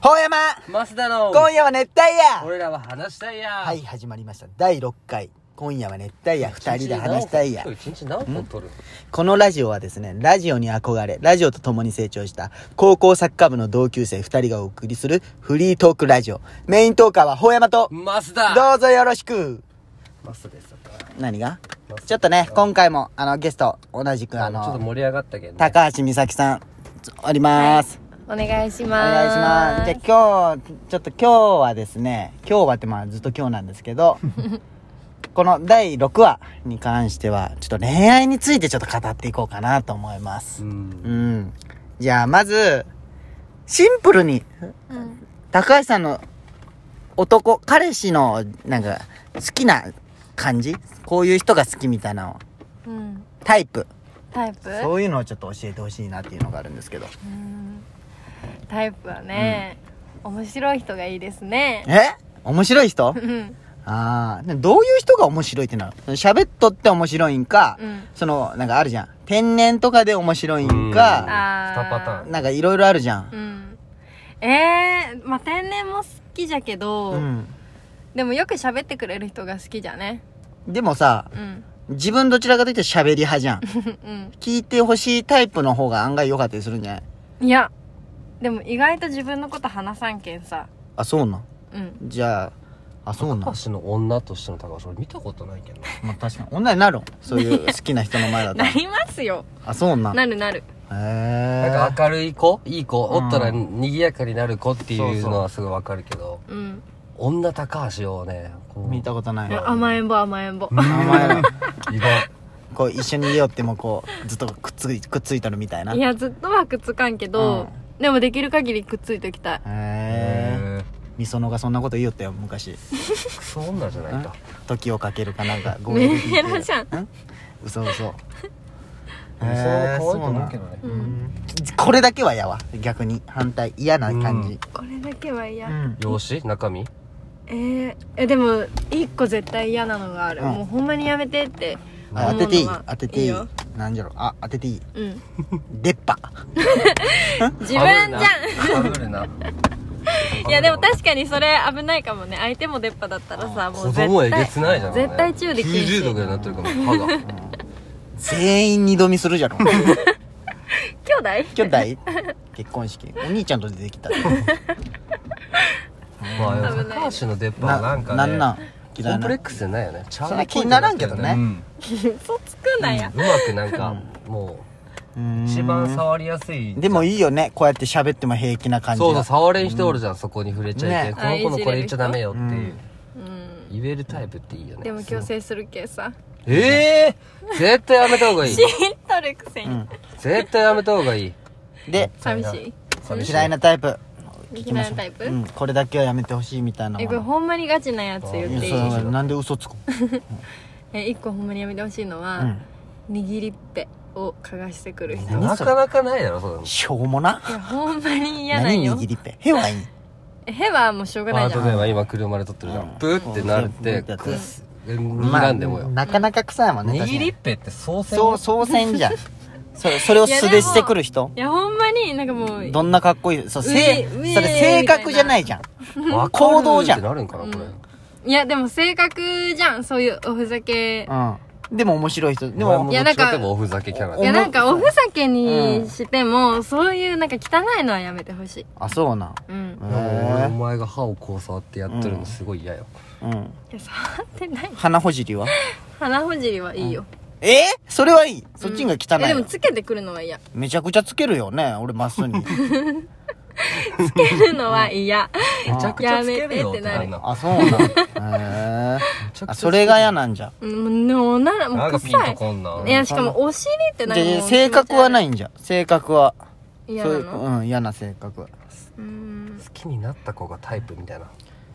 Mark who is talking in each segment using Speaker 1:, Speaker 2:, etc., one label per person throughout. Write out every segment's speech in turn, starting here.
Speaker 1: ほうやま
Speaker 2: マスダの
Speaker 1: 今夜は熱帯夜
Speaker 2: 俺らは話したいや
Speaker 1: はいい、始まりました。第6回。今夜は熱帯夜、二人で話したいや。
Speaker 2: 一日何本撮る
Speaker 1: このラジオはですね、ラジオに憧れ、ラジオと共に成長した、高校サッカー部の同級生二人がお送りするフリートークラジオ。メイントーカーはほうやまと、
Speaker 2: のマスダ
Speaker 1: どうぞよろしく
Speaker 2: マスダですだから
Speaker 1: 何がちょっとね、今回も、あの、ゲスト、同じくあ
Speaker 2: ちょっと
Speaker 1: の、
Speaker 2: 盛り上がったけどね
Speaker 1: 高橋美咲さん、おります。
Speaker 3: お願いし
Speaker 1: お
Speaker 3: ます。
Speaker 1: 願いします。じゃあ今日、ちょっと今日はですね、今日はってまあずっと今日なんですけ ど、この第6話に関しては、ちょっと恋愛についてちょっと語っていこうかなと思いま
Speaker 2: う
Speaker 1: す。
Speaker 2: ん
Speaker 1: うん。じゃあまず、シンプルに、
Speaker 3: うん
Speaker 1: 高橋さんの男、彼氏のなんか好きな感じこういう人が好きみたいなの。
Speaker 3: うん。
Speaker 1: タイプ。
Speaker 3: タイプう
Speaker 1: そういうのをちょっと教えてほしいなっていうのがあるんですけど。
Speaker 3: んタイプはね、面白い人がいいですね。
Speaker 1: え面白い人
Speaker 3: うん。
Speaker 1: ああ、でどういう人が面白いってなの喋っとって面白いんか、
Speaker 3: うん
Speaker 1: その、なんかあるじゃん。天然とかで面白いん
Speaker 2: うん
Speaker 1: か、
Speaker 3: あー
Speaker 2: 二パターン
Speaker 1: なんかいろいろあるじゃん。
Speaker 3: うん。えー、まあ、天然も好きじゃけど、
Speaker 1: うん。
Speaker 3: でもよく喋ってくれる人が好きじゃね。
Speaker 1: でもさ、
Speaker 3: うん。
Speaker 1: 自分どちらかというと喋り派じゃん。
Speaker 3: うん。
Speaker 1: 聞いてほしいタイプの方が案外良かったりするんじゃない
Speaker 3: いや、でも意外と自分のこと話さんけんさ。
Speaker 1: あ、そうなん。
Speaker 3: うん。
Speaker 1: じゃあ、あ、そうなん。ま
Speaker 2: 高橋の女としての高橋俺見たことないけどな
Speaker 1: あ、確かに。女になるん。そういう好きな人の前だった
Speaker 3: な
Speaker 1: ら。
Speaker 3: りますよ。
Speaker 1: あ、そうなん。へ
Speaker 3: なるなる。
Speaker 1: え。
Speaker 2: なんか明るい子いい子
Speaker 1: うん
Speaker 2: おったら賑やかになる子っていうのはすごいわかるけど
Speaker 3: うん。
Speaker 2: 女高橋をねこう
Speaker 1: 見たことない。
Speaker 3: 甘えん坊甘えん坊。
Speaker 2: うん
Speaker 1: 名前の、
Speaker 2: 意外
Speaker 1: こう一緒にいようってもこう、ずっとくっつい、くっついとるみたいな。
Speaker 3: いやずっとはくっつかんけど、でもできる限りくっついておきたい
Speaker 1: へえ
Speaker 2: へ
Speaker 1: みそのがそんなこと言いよったよ昔
Speaker 2: ークソ女じゃないか
Speaker 1: 時をかけるか なんかゴ
Speaker 3: メンヘラじゃん
Speaker 1: 嘘 嘘
Speaker 2: それは可愛いと思うけどね
Speaker 1: そううなんんこれだけはやわ逆に反対嫌な感じ
Speaker 3: これだけは嫌、
Speaker 1: うん
Speaker 2: 容姿中身
Speaker 3: えーえでも一個絶対嫌なのがある、
Speaker 1: うん
Speaker 3: もうほんまにやめてって
Speaker 1: あ当てていい
Speaker 3: 思うのは
Speaker 1: 当ててい
Speaker 3: いい
Speaker 1: い
Speaker 3: よ
Speaker 1: なんじゃろあ当てていい
Speaker 3: うん
Speaker 1: 出っ歯
Speaker 3: 自分じゃ
Speaker 2: ん被るなん
Speaker 3: いやでも確かにそれ危ないかもね相手も出っ歯だったらさもう
Speaker 2: 子
Speaker 3: 絶対
Speaker 2: 供えげつないじゃん
Speaker 3: 絶対中で禁
Speaker 2: 90度
Speaker 3: 止
Speaker 2: ぐらいになってるかも歯 が
Speaker 1: 全員二度見する じゃろ
Speaker 3: 兄弟
Speaker 1: 兄弟結婚式お兄ちゃんと出てき た
Speaker 2: まあでも
Speaker 3: 危ない
Speaker 2: 高橋の出っ歯はなんかね
Speaker 1: なんなん
Speaker 2: コ
Speaker 1: 嫌い
Speaker 2: ンプレッ
Speaker 1: な
Speaker 2: クスじゃないよねちゃ
Speaker 1: そ
Speaker 2: んと
Speaker 1: んな気にならんけどね
Speaker 2: うん
Speaker 3: 嘘つくなや
Speaker 2: う、まくなんかも
Speaker 1: う
Speaker 2: う
Speaker 1: ーん
Speaker 2: 一番触りやすい
Speaker 1: でもいいよねこうやって喋っても平気な感じ
Speaker 2: そうそう
Speaker 1: が
Speaker 2: 触れん人おるじゃんそこに触れちゃいけ
Speaker 1: ね
Speaker 2: ないこの子のこれ言っちゃダメよっていう
Speaker 3: うん、
Speaker 2: 言えるタイプっていいよね
Speaker 3: でも強制するけ さ
Speaker 2: ええ絶対やめた方が いい
Speaker 3: ピンとるくせに、
Speaker 1: ん
Speaker 2: 絶対やめた方がいい
Speaker 1: で
Speaker 3: 寂しい
Speaker 2: 寂し
Speaker 1: 嫌いなタイプ
Speaker 3: できないタイプ、
Speaker 1: うん、これだけはやめてほしいみたいな
Speaker 3: えこれほんまにガチなやつ言っていい
Speaker 1: いやそうなんで嘘つく
Speaker 3: え一個ほんまにやめてほしいのは、
Speaker 1: うん
Speaker 3: 握りっぺを嗅がしてくる人い
Speaker 2: なかなかないだろそういうの
Speaker 1: しょうもな
Speaker 3: やほんまに嫌なん
Speaker 1: 何
Speaker 3: よ
Speaker 1: 握りっぺへはいい
Speaker 3: えへはもうしょうがな
Speaker 2: まあ
Speaker 3: いじゃ
Speaker 2: 例え
Speaker 3: ん
Speaker 2: ば今車で撮ってるじゃんブーってなって
Speaker 1: うん
Speaker 2: クス握らんでもよ
Speaker 1: なかなか臭いもんね
Speaker 2: 握りっぺって総選
Speaker 1: そう総選 じゃんそれそれを素でしてくる人
Speaker 3: いやほんまになんかもう
Speaker 1: どんなかっこいいそうせいうそ
Speaker 3: えうえ
Speaker 1: れ性格じゃないじゃん
Speaker 2: わかる
Speaker 1: 行動じゃん
Speaker 2: ってなるんかなこれ、
Speaker 3: いやでも性格じゃんそういうおふざけ
Speaker 1: うんでも面白い人で
Speaker 2: でも
Speaker 1: も
Speaker 2: も
Speaker 3: いや
Speaker 2: どっちか
Speaker 3: な
Speaker 2: で
Speaker 3: んか
Speaker 2: もおふざけキャラ
Speaker 3: い
Speaker 2: で
Speaker 3: やなんかおふざけ
Speaker 1: うん
Speaker 3: にしても、そういうなんか汚いのはやめてほしい
Speaker 1: あそうなん
Speaker 3: うん
Speaker 1: へ
Speaker 2: 俺お
Speaker 1: え
Speaker 2: 前が歯をこう触ってやってるのすごい嫌よ、
Speaker 1: うん
Speaker 3: いや触ってない
Speaker 1: 鼻ほじりは
Speaker 3: 鼻ほじりはいいよ、
Speaker 1: えそれはいいそっちが汚
Speaker 3: え
Speaker 1: い
Speaker 3: で
Speaker 1: の
Speaker 3: もつけてくるのは嫌
Speaker 1: めちゃくちゃつけるよね俺まっすぐに
Speaker 3: つけるのは嫌
Speaker 2: めちゃくちゃつけるよってな
Speaker 3: や
Speaker 2: る
Speaker 3: めてってなる
Speaker 2: な
Speaker 1: あそうなんへえあそれが嫌なんじゃ
Speaker 3: うんもうならも
Speaker 2: な
Speaker 3: うん
Speaker 2: かピンと
Speaker 3: 臭い
Speaker 2: こんない
Speaker 3: やしかもお尻ってなんかもう
Speaker 1: で性格はないいんじゃん性格は
Speaker 3: 嫌
Speaker 1: そ
Speaker 3: な
Speaker 1: ういう
Speaker 3: の
Speaker 1: うん嫌な性格
Speaker 3: うん
Speaker 2: 好きになった子がタイプみたいな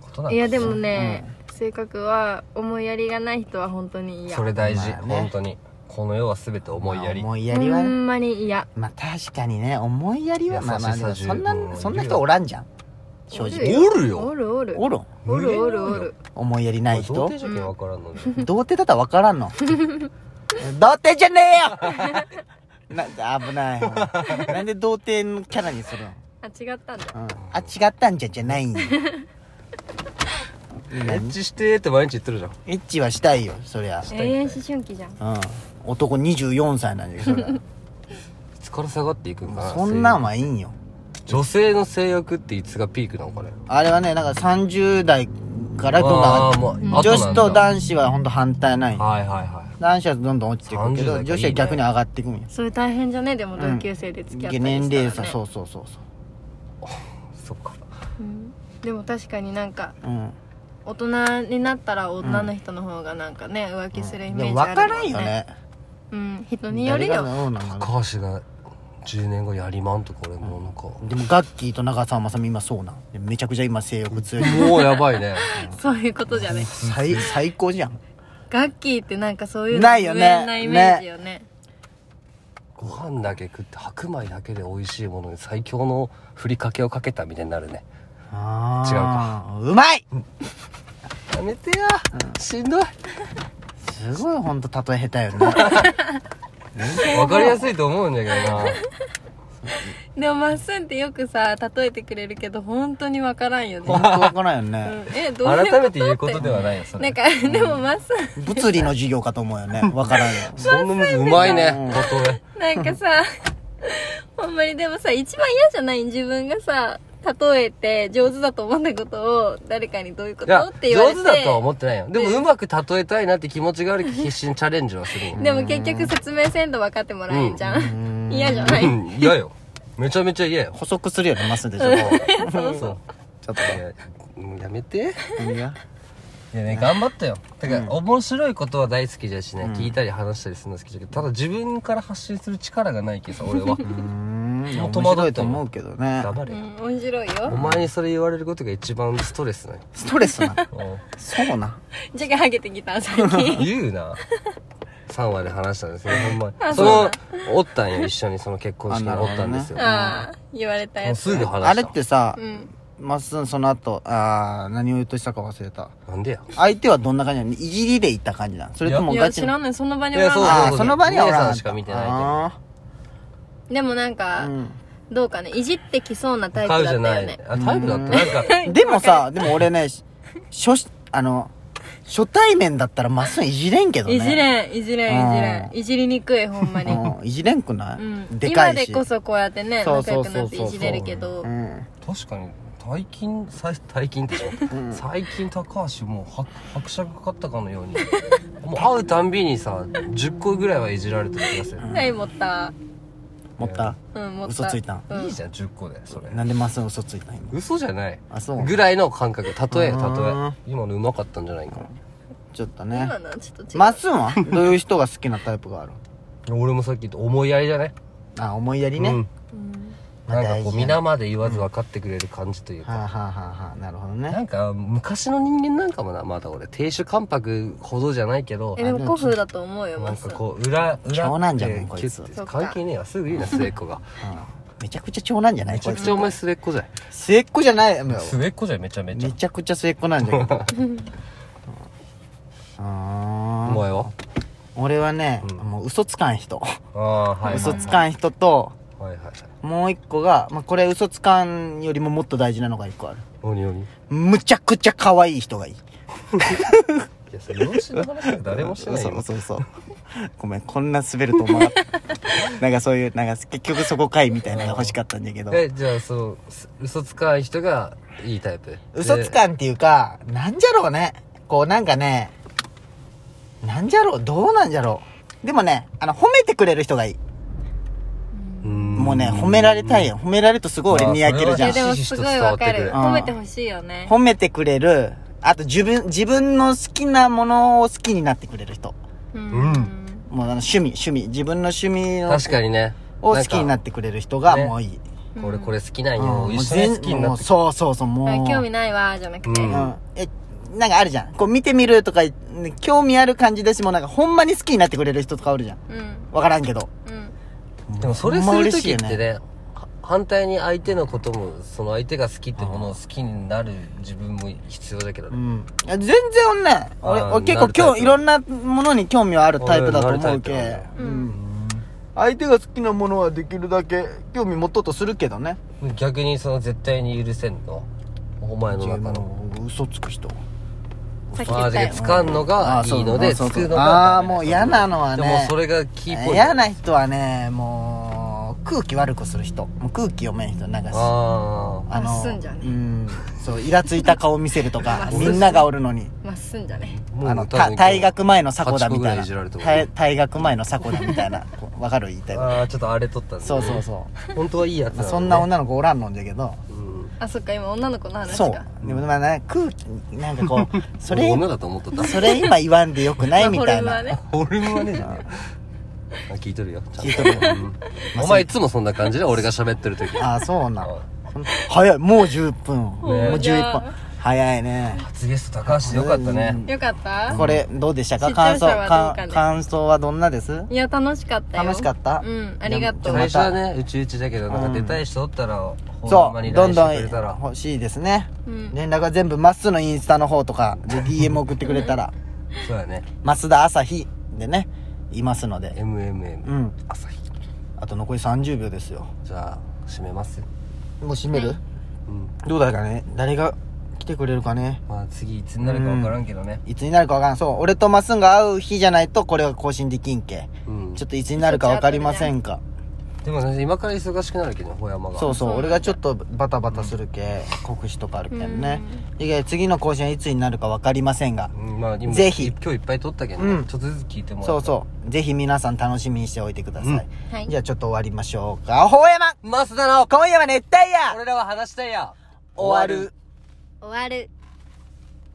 Speaker 2: ことなん
Speaker 3: いやで
Speaker 2: も
Speaker 3: もね、性格は思いやりがない人は本当に嫌
Speaker 2: それ大事、
Speaker 1: まあね
Speaker 2: 本当にこの世は全て思いやり、
Speaker 1: まあ思いやり
Speaker 3: ほ
Speaker 1: はね
Speaker 3: んまに嫌
Speaker 1: まあ確かにね思いやりはまあまあ
Speaker 2: 優し
Speaker 1: でもそ
Speaker 2: さ
Speaker 1: んな
Speaker 2: 十分
Speaker 1: そんな人おらんじゃん正直
Speaker 2: おるよ
Speaker 3: おるおる
Speaker 1: おろん
Speaker 3: おるおるおる
Speaker 1: 思いやりない人
Speaker 2: 童貞じゃけんわからんのね、
Speaker 1: 童貞だったら分からん の童貞 じゃねえよなんで危ないなんで童貞のキャラにするの
Speaker 3: あ違ったんだ
Speaker 1: うん、あ違ったんじゃじゃないんよ
Speaker 2: エッチしてーって毎日言ってるじゃん
Speaker 1: エッチはしたいよそりゃ、
Speaker 3: 永遠思春期じゃん
Speaker 1: うん、男24歳なんだけどそ りゃ
Speaker 2: いつから下がっていくんかな
Speaker 1: そんなんはいいんよ
Speaker 2: 性欲女性の性欲っていつがピークなのかね
Speaker 1: あれはねなんか30代からどんどん上
Speaker 2: あー
Speaker 1: が
Speaker 2: も
Speaker 1: っ
Speaker 2: う
Speaker 1: て女
Speaker 2: 後なんだ
Speaker 1: 子と男子は本当反対ない
Speaker 2: はいはいはい
Speaker 1: 男子はどんどん落ちていくけど
Speaker 2: 30代からいいね
Speaker 1: 女子は逆に上がっていくんよ
Speaker 3: それ大変じゃねでも
Speaker 1: ん
Speaker 3: 同級生で付き合ったりしたら、ね
Speaker 1: 年齢差そうそうそうそ
Speaker 2: そっか
Speaker 3: うんでも確かになんか
Speaker 1: ううん
Speaker 3: 大人になったら女の人の方がなんかね、浮気するイ
Speaker 1: で
Speaker 3: メー
Speaker 1: も
Speaker 3: ジ
Speaker 1: 分
Speaker 3: ある
Speaker 1: から
Speaker 3: も
Speaker 1: んよね
Speaker 3: うん人による
Speaker 1: 誰が
Speaker 3: よ
Speaker 1: どうなの
Speaker 2: 高橋が10年後やりまんとこれもうなんか、
Speaker 1: でもガッキーと長澤まさみ今そうなんでめちゃくちゃ今性欲強い
Speaker 2: もうやばいね
Speaker 3: そういうことじゃね
Speaker 1: 最最高じゃん
Speaker 3: ガッキーってなんかそういうの
Speaker 1: ないよね
Speaker 3: 無縁なイメージよね
Speaker 2: ご飯だけ食って白米だけで美味しいものに最強のふりかけをかけたみたいになるね
Speaker 1: あ
Speaker 2: 違う
Speaker 1: かうまい
Speaker 2: やめてや、しんどい
Speaker 1: すごいほんと例え下手よね
Speaker 2: わかりやすいと思うんだけどな
Speaker 3: でもまっすんってよくさ例えてくれるけど本当に分からんよね、
Speaker 1: ほんと分からんよ
Speaker 3: う
Speaker 1: ね
Speaker 3: ん、え どういうこと
Speaker 2: 改めて言うことではないよそ
Speaker 3: な
Speaker 2: れ
Speaker 3: んかでもまっすん
Speaker 1: 物理の授業かと思うよね分からんよ
Speaker 2: そんなむずうまいね
Speaker 1: うん
Speaker 2: 例え
Speaker 3: なんかさ ほんまにでもさ一番嫌じゃない自分がさ例えて上手だと思ったことを誰かにどういうこ
Speaker 2: い
Speaker 3: と
Speaker 2: や
Speaker 3: って言われ
Speaker 2: 上
Speaker 3: て
Speaker 2: 手だとは思ってないよでもうまく例えたいなって気持ちがあるけど必死にチャレンジはするよ
Speaker 3: でも結局説明せんと分かってもらえんじゃん、 嫌じゃない、
Speaker 2: うん嫌よめちゃめちゃ嫌よ
Speaker 1: 補足するよねますでしょ
Speaker 2: そうそうちょっとねもうやめて
Speaker 1: 君が
Speaker 2: いやね頑張ったよだから面白いことは大好きだしね聞いたり話したりするの好きだけどただ自分から発信する力がないけさ俺は
Speaker 1: うーん
Speaker 2: もう
Speaker 1: 面
Speaker 2: 戸惑
Speaker 1: 白い
Speaker 2: った
Speaker 1: と
Speaker 2: よ
Speaker 1: 思うけどね
Speaker 2: 黙れ
Speaker 3: う
Speaker 2: よ
Speaker 3: ん、面白い
Speaker 2: お
Speaker 3: よ
Speaker 2: 前にそれ言われることが一番ストレスだよ
Speaker 1: ストレスな
Speaker 2: うん
Speaker 1: そうな
Speaker 3: じゃがハゲてきた最近
Speaker 2: 言 うな3話で話したんですよほんまに
Speaker 3: あ
Speaker 2: そ
Speaker 3: そう
Speaker 2: のおったんよ一緒にその結婚式に
Speaker 1: あな
Speaker 2: お
Speaker 1: るほ
Speaker 2: っ
Speaker 1: どね
Speaker 2: たんですよも
Speaker 3: ああ言われたや
Speaker 2: う
Speaker 3: つ
Speaker 2: すぐ話した
Speaker 1: あれってさ
Speaker 3: うん
Speaker 1: まっすんその後あー何を言うとしたか忘れた
Speaker 2: なんでや
Speaker 1: 相手はどんな感じなのいじりで行った感じなのそれとも
Speaker 3: い
Speaker 1: ガ
Speaker 3: や
Speaker 1: チ
Speaker 3: 知
Speaker 1: の
Speaker 3: らんねんその場に
Speaker 2: い
Speaker 3: お
Speaker 2: や
Speaker 3: らん
Speaker 2: そう
Speaker 3: わ
Speaker 1: ああその場にはおらんかった
Speaker 2: 姉さんしか見てないけど
Speaker 1: あ
Speaker 3: でもなんか、
Speaker 1: ーうん
Speaker 3: どうかねいじってきそうなタイプだ
Speaker 2: 買う
Speaker 3: っ
Speaker 2: じ
Speaker 3: た
Speaker 2: ゃ
Speaker 3: よ
Speaker 2: ない
Speaker 3: ね
Speaker 2: あタイプだったなんか
Speaker 1: でもさ、でも俺ね、し初、あの、初対面だったらまっすぐいじれんけどね。
Speaker 3: いじれんいじれんいじれん
Speaker 1: うん
Speaker 3: いじりにくいほんまに、
Speaker 1: うん。いじれんくな
Speaker 3: う
Speaker 1: い、
Speaker 3: ん、
Speaker 1: でかい
Speaker 3: 今
Speaker 1: し。
Speaker 3: でこそこうやってね
Speaker 1: そう
Speaker 3: 仲
Speaker 1: そ
Speaker 3: 良
Speaker 1: う
Speaker 3: く
Speaker 1: そ
Speaker 3: な
Speaker 1: う
Speaker 3: っ
Speaker 1: そう
Speaker 3: ていじれるけど
Speaker 1: うん。
Speaker 2: 確かに最近最最近でしょ、最近高橋もうは拍車がかかったかのよ うにもう会うたんびにさ10個ぐらいはいじられてる気がする、
Speaker 3: はい持った
Speaker 1: 持った、
Speaker 3: うん持った
Speaker 1: 嘘ついたん
Speaker 3: うん
Speaker 2: いいじゃん10個でそれ
Speaker 1: なんでまっすぐ嘘ついたん今。
Speaker 2: 嘘じゃない
Speaker 1: あそう
Speaker 2: ぐらいの感覚例え例え
Speaker 1: うん
Speaker 2: 今のうまかったんじゃないか
Speaker 1: ちょっとね
Speaker 3: 今。のはちょっと違う、
Speaker 1: まっすぐはどういう人が好きなタイプがある
Speaker 2: な俺もさっき言った思いやりじゃない
Speaker 1: あ、思いやりね。
Speaker 2: うん
Speaker 3: うん
Speaker 1: まあ
Speaker 2: なんかこ
Speaker 1: 大
Speaker 2: う
Speaker 1: 事
Speaker 2: 皆まで言わず分かってくれる感じというか、
Speaker 1: はあ、はあはあはあ、なるほど
Speaker 2: な
Speaker 1: ね。
Speaker 2: んか昔の人間なんかもなまだ俺亭主関白ほどじゃないけど
Speaker 3: えでも古風だと思うよ
Speaker 2: な
Speaker 3: ま
Speaker 2: ん
Speaker 3: っす
Speaker 2: か
Speaker 3: ぐ
Speaker 2: こう裏裏
Speaker 1: 長男じゃん
Speaker 2: って
Speaker 1: こいつ
Speaker 2: キュッて
Speaker 3: そっか
Speaker 2: 関係ねえわすぐいいな末っ 子が
Speaker 1: うんめちゃくちゃ長男じゃない
Speaker 2: めち
Speaker 1: こ
Speaker 2: ゃ
Speaker 1: い
Speaker 2: く
Speaker 1: つ
Speaker 2: ちゃお前末っ子じゃん
Speaker 1: 末っ子じゃ ない。め
Speaker 2: 末っ子じゃんめちゃめちゃ
Speaker 1: ちゃくちゃ末っ子なんじゃ けど。あ
Speaker 2: お
Speaker 1: ー
Speaker 2: 前は
Speaker 1: 俺はね、
Speaker 2: うん
Speaker 1: もう嘘つかん人。
Speaker 2: ああはいはい
Speaker 1: 嘘つかん人と、
Speaker 2: はいはいはい
Speaker 1: もう一個が、まあ、これ嘘つかんよりももっと大事なのが一個ある。
Speaker 2: 何何い
Speaker 1: むちゃくちゃ可愛い人がいい。
Speaker 2: やそれ養子の 話は誰もしてない
Speaker 1: そう
Speaker 2: よ
Speaker 1: そうそう。ごめん、こんな滑ると思わなかった。 なんかそういう、なんか結局そこかいみたいなのが欲しかったんだけど。
Speaker 2: えじゃあそのす嘘つかん人がいいタイプ
Speaker 1: 嘘つかんっていうか、なんじゃろうね。こうなんかね、なんじゃろう、どうなんじゃろう。でもね、あの、褒めてくれる人がいい。も
Speaker 2: も
Speaker 1: うね、褒められたいよ。褒められるとすごい俺にやけるじゃ
Speaker 2: あ
Speaker 1: ん
Speaker 2: ーそれはね
Speaker 3: え。でもすごいわか
Speaker 2: ひしひしと伝わってくる
Speaker 3: る
Speaker 1: うん
Speaker 3: 褒めてほしいよね
Speaker 1: 褒めてくれるあと自分自分の好きなものを好きになってくれる人
Speaker 3: うん、
Speaker 2: うん
Speaker 1: もうあの趣味趣味自分の趣味を
Speaker 2: 確かにね
Speaker 1: を好きにな
Speaker 2: っ
Speaker 1: ってくれる人が
Speaker 2: ね
Speaker 1: もういい、
Speaker 2: これこれ好きなん
Speaker 1: うん、も
Speaker 2: よ
Speaker 1: う
Speaker 2: 一緒に
Speaker 1: 全
Speaker 2: 好きにな
Speaker 1: も
Speaker 2: っ
Speaker 1: う
Speaker 2: て
Speaker 1: そうそうそうもう、
Speaker 3: あ興味ないわじゃなくて、
Speaker 2: う
Speaker 1: うんん、えなんかあるじゃんこう見てみるとかね興味ある感じですもうなんかほんまに好きになってくれる人とかおるじゃん
Speaker 3: うん
Speaker 1: わからんけど
Speaker 3: うん
Speaker 2: でもそれす
Speaker 1: ほんま
Speaker 2: る
Speaker 1: 嬉しい
Speaker 2: 時っ
Speaker 1: よ
Speaker 2: てねは反対に相手のこともその相手が好きってものを好きになる自分も必要だけど
Speaker 1: う
Speaker 2: ね
Speaker 1: ん、いや全然俺ね俺
Speaker 2: あー
Speaker 1: 俺結
Speaker 2: なるタイ
Speaker 1: 構
Speaker 2: プ
Speaker 1: 今日いろんなものに興味はあるタイプだと思うけ
Speaker 2: 俺なるタイプだね
Speaker 1: うん
Speaker 3: うん
Speaker 1: 相手が好きなものはできるだけ興味持とうとするけどね
Speaker 2: 逆にその絶対に許せんのお前の
Speaker 1: 自分
Speaker 2: 中の
Speaker 1: の嘘つく人
Speaker 3: さっき
Speaker 2: ま
Speaker 3: 言
Speaker 2: あ
Speaker 3: った
Speaker 2: で
Speaker 3: よ
Speaker 2: つかんのがいいのでつくのが
Speaker 1: ああーもう嫌なのは
Speaker 2: で
Speaker 1: ね
Speaker 2: もそれがキーポイント
Speaker 1: 嫌な人はねもう空気悪くする人もう空気読めん人なんかあ
Speaker 2: ああ
Speaker 3: まっすんじゃね
Speaker 1: うんそうイラついた顔見せると
Speaker 3: ま
Speaker 1: か
Speaker 3: っすん
Speaker 1: みんながおるのに
Speaker 3: まっすんじゃね
Speaker 2: も
Speaker 1: あの
Speaker 2: 多分
Speaker 1: た
Speaker 2: 今日
Speaker 1: 退学前の迫田みたい
Speaker 2: 八個ぐらいいじられ
Speaker 1: な
Speaker 2: てる
Speaker 1: 退退学前の迫田みたいなこうわかる言いたいこと
Speaker 2: ああちょっとあれ取ったんだ
Speaker 1: そうそうそう
Speaker 2: 本当はいいやつ
Speaker 1: まあ
Speaker 2: のね
Speaker 1: そんな女の子おらんのんじゃけど
Speaker 2: うん
Speaker 3: あそっか今女の子の話か
Speaker 1: そうでもまあね空気なんかこうそれ
Speaker 2: もう女だと思っ とった
Speaker 1: それ今言わんでよくないみたい
Speaker 3: まあ、
Speaker 1: な
Speaker 3: フォルム
Speaker 2: 俺
Speaker 3: はね
Speaker 2: もはねえなあ聞いとるよちゃん
Speaker 1: 聞
Speaker 2: と
Speaker 1: いとるよ
Speaker 2: うんお前いつもそんな感じで俺が喋ってる時
Speaker 1: ああそうなの早いもう10分もう
Speaker 2: ね
Speaker 1: 11分早いね
Speaker 2: 初ゲスト高橋でよかったね
Speaker 3: よかった
Speaker 1: これどうでした
Speaker 3: 視
Speaker 1: か感想
Speaker 3: 聴者はどうかね
Speaker 1: か感想はどんなです
Speaker 3: いや楽しかったよ
Speaker 1: 楽しかった
Speaker 3: うんありがと
Speaker 1: で
Speaker 3: う
Speaker 1: も
Speaker 2: 最初はねうちうちだけどなんか出たい人おったらほん
Speaker 1: そ
Speaker 2: ま
Speaker 1: う
Speaker 2: に
Speaker 1: どん
Speaker 2: LINE し
Speaker 1: どん
Speaker 2: てくれたら
Speaker 1: 欲しいですね
Speaker 3: うん
Speaker 1: 連絡は全部まっすーのインスタの方とか で DM 送ってくれたら
Speaker 2: そうやね
Speaker 1: 増田朝日でねいますので
Speaker 2: MMM
Speaker 1: うん
Speaker 2: 朝日
Speaker 1: あと残り30秒ですよ
Speaker 2: じゃあ締めますよ
Speaker 1: もう閉める、
Speaker 2: うん
Speaker 1: どうだかね誰が来てくれるかね
Speaker 2: まあ次いつになるか分からんけどね
Speaker 1: いつになるかわからんそう俺とまっすーが会う日じゃないとこれは更新できんけ
Speaker 2: うん
Speaker 1: ちょっといつになるかわかりませんか
Speaker 2: でもね今から忙しくなるけどねほやまが
Speaker 1: そうそう
Speaker 3: そう
Speaker 1: 俺がちょっとバタバタするけ告知とかあるけんねいや次の更新はいつになるかわかりませんが
Speaker 2: うんまあ今
Speaker 1: ぜひ
Speaker 2: 今日いっぱい撮ったけど
Speaker 1: うん
Speaker 2: ねちょっとずつ聞いてもら
Speaker 1: そう
Speaker 2: う
Speaker 1: そうぜひ皆さん楽しみにしておいてください、
Speaker 3: はい
Speaker 1: じゃあちょっと終わりましょうかほうやま
Speaker 2: マスだの
Speaker 1: 今夜は熱帯夜
Speaker 2: 俺らは話したいや
Speaker 1: 終わる
Speaker 3: 終わる